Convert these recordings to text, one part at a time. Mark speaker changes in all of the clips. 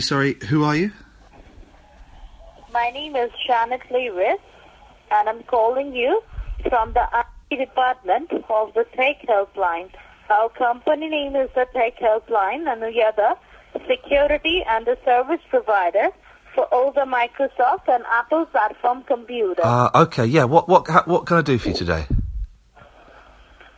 Speaker 1: sorry, who are you?
Speaker 2: My name is Janet Lewis, and I'm calling you from the IT department of the Tech Helpline. Our company name is the Tech Helpline, and we are the security and the service provider for all the Microsoft and Apple platform computers.
Speaker 1: Uh, okay, yeah. What what ha- what can I do for you today?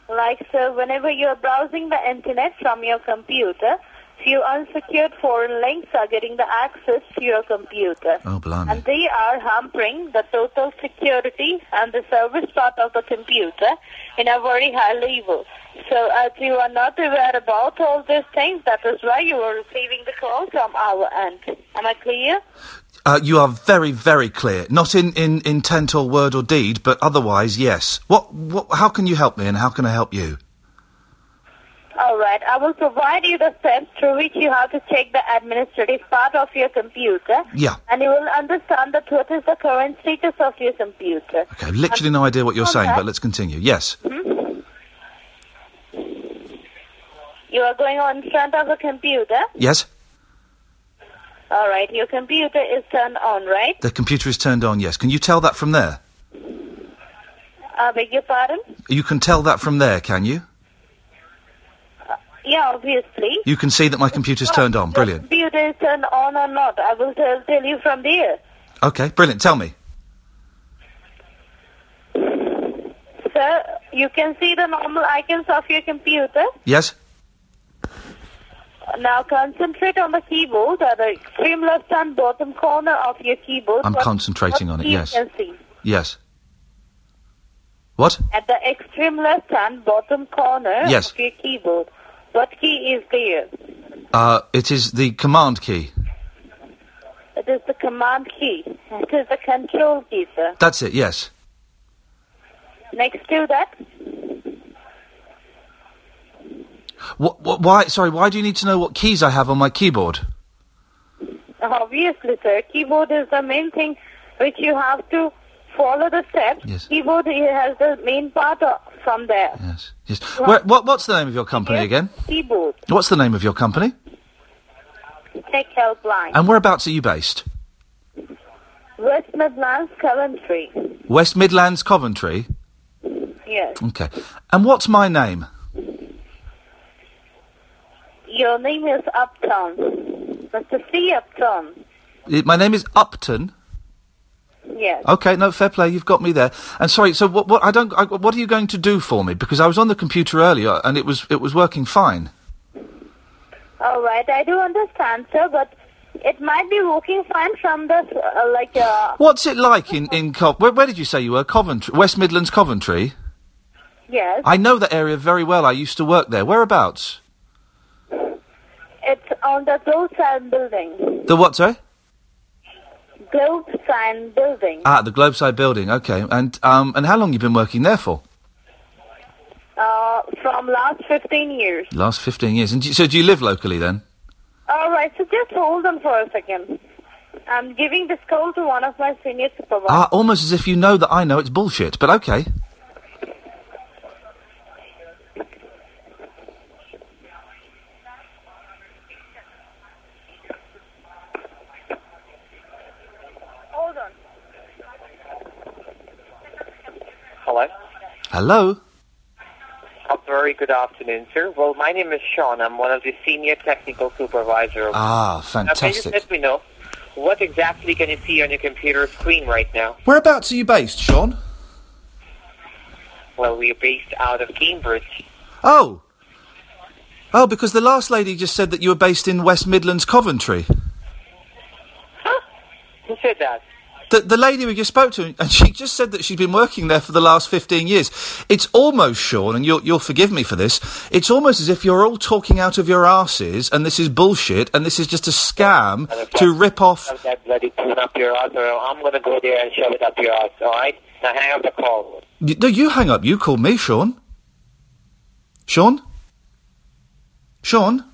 Speaker 2: Like, so whenever you're browsing the internet from your computer, few unsecured foreign links are getting the access to your computer.
Speaker 1: Oh, blimey.
Speaker 2: And they are hampering the total security and the service part of the computer in a very high level. So as you are not aware about all these things, that is why you are receiving the call from our end. Am I clear?
Speaker 1: Uh, you are very very clear. Not in, in intent or word or deed, but otherwise, yes. What what? How can you help me, and how can I help you?
Speaker 2: All right, I will provide you the steps through which you have to check the administrative part of your computer.
Speaker 1: Yeah.
Speaker 2: And you will understand that what is the current status of your computer.
Speaker 1: Okay, literally no idea what you're saying,
Speaker 2: Okay.
Speaker 1: but let's continue. Yes.
Speaker 2: You are going on front of the computer.
Speaker 1: Yes.
Speaker 2: All right, your computer is turned on, right?
Speaker 1: The computer is turned on. Yes. Can you tell that from there?
Speaker 2: I beg your pardon?
Speaker 1: You can tell that from there, can you?
Speaker 2: Yeah, obviously.
Speaker 1: You can see that my computer's turned on.
Speaker 2: The
Speaker 1: Brilliant.
Speaker 2: computer is turned on or not, I will tell, tell you from there.
Speaker 1: Okay, brilliant. Tell me.
Speaker 2: Sir, you can see the normal icons of your computer.
Speaker 1: Yes.
Speaker 2: Now concentrate on the keyboard at the extreme left hand bottom corner of your keyboard.
Speaker 1: I'm
Speaker 2: What-
Speaker 1: concentrating
Speaker 2: what
Speaker 1: on it,
Speaker 2: key you
Speaker 1: yes.
Speaker 2: can see?
Speaker 1: Yes. What?
Speaker 2: At the extreme left hand bottom corner
Speaker 1: Yes.
Speaker 2: of your keyboard. What key is there?
Speaker 1: Uh, it is the command key.
Speaker 2: It is the command key. It is the control key, sir.
Speaker 1: That's it. Yes.
Speaker 2: Next to that,
Speaker 1: Wh- wh- why? Sorry. Why do you need to know what keys I have on my keyboard?
Speaker 2: Uh, Obviously, sir. Keyboard is the main thing which you have to follow the steps.
Speaker 1: Yes.
Speaker 2: Keyboard it has the main part of, from there.
Speaker 1: Yes. Yes. Where, what, what's the name of your company
Speaker 2: Yes,
Speaker 1: again?
Speaker 2: Keyboard.
Speaker 1: What's the name of your company?
Speaker 2: Tech helpline.
Speaker 1: And whereabouts are you based?
Speaker 2: West Midlands, Coventry.
Speaker 1: West Midlands, Coventry.
Speaker 2: Yes.
Speaker 1: Okay. And what's my name?
Speaker 2: Your name is Upton. Mr. C. Upton.
Speaker 1: I- My name is Upton.
Speaker 2: Yes.
Speaker 1: Okay, no, fair play. You've got me there. And sorry, so what? What I don't. I, what are you going to do for me? Because I was on the computer earlier and it was it was working fine.
Speaker 2: All right. I do understand, sir, but it might be working fine from the uh, like uh,
Speaker 1: What's it like in in Co- where, where did you say you were? Coventry, West Midlands, Coventry.
Speaker 2: yes.
Speaker 1: I know that area very well. I used to work there. Whereabouts?
Speaker 2: It's on the Globe Sign Building.
Speaker 1: The what? Sorry.
Speaker 2: Globe Sign Building.
Speaker 1: Ah, the Globeside Building. Okay, and um, and how long you been working there for?
Speaker 2: Uh, from last 15 years.
Speaker 1: Last fifteen years. And do you, so, do you live locally then?
Speaker 2: All right, so just hold on for a second. I'm giving this call to one of my senior supervisors.
Speaker 1: Ah, almost as if you know that I know it's bullshit. But okay.
Speaker 2: Hold on.
Speaker 3: Hello.
Speaker 1: Hello.
Speaker 3: A very good afternoon, sir. Well, my name is Sean. I'm one of the senior technical supervisor.
Speaker 1: Ah,
Speaker 3: now, can you just
Speaker 1: fantastic.
Speaker 3: let me know what exactly can you see on your computer screen right now?
Speaker 1: Whereabouts are you based, Sean?
Speaker 3: Well, we are based out of Cambridge.
Speaker 1: Oh. Oh, because the last lady just said that you were based in West Midlands, Coventry.
Speaker 3: Who said that?
Speaker 1: The, the lady we just spoke to, and she just said that she's been working there for the last 15 years. It's almost, Sean, and you'll, you'll forgive me for this, it's almost as if you're all talking out of your asses, and this is bullshit, and this is just a scam to rip off.
Speaker 3: Shove that bloody tune up your ass, or I'm going to go there and shove it up your ass. All right. Now hang up the call.
Speaker 1: Y- No, you hang up. You call me, Sean. Sean? Sean?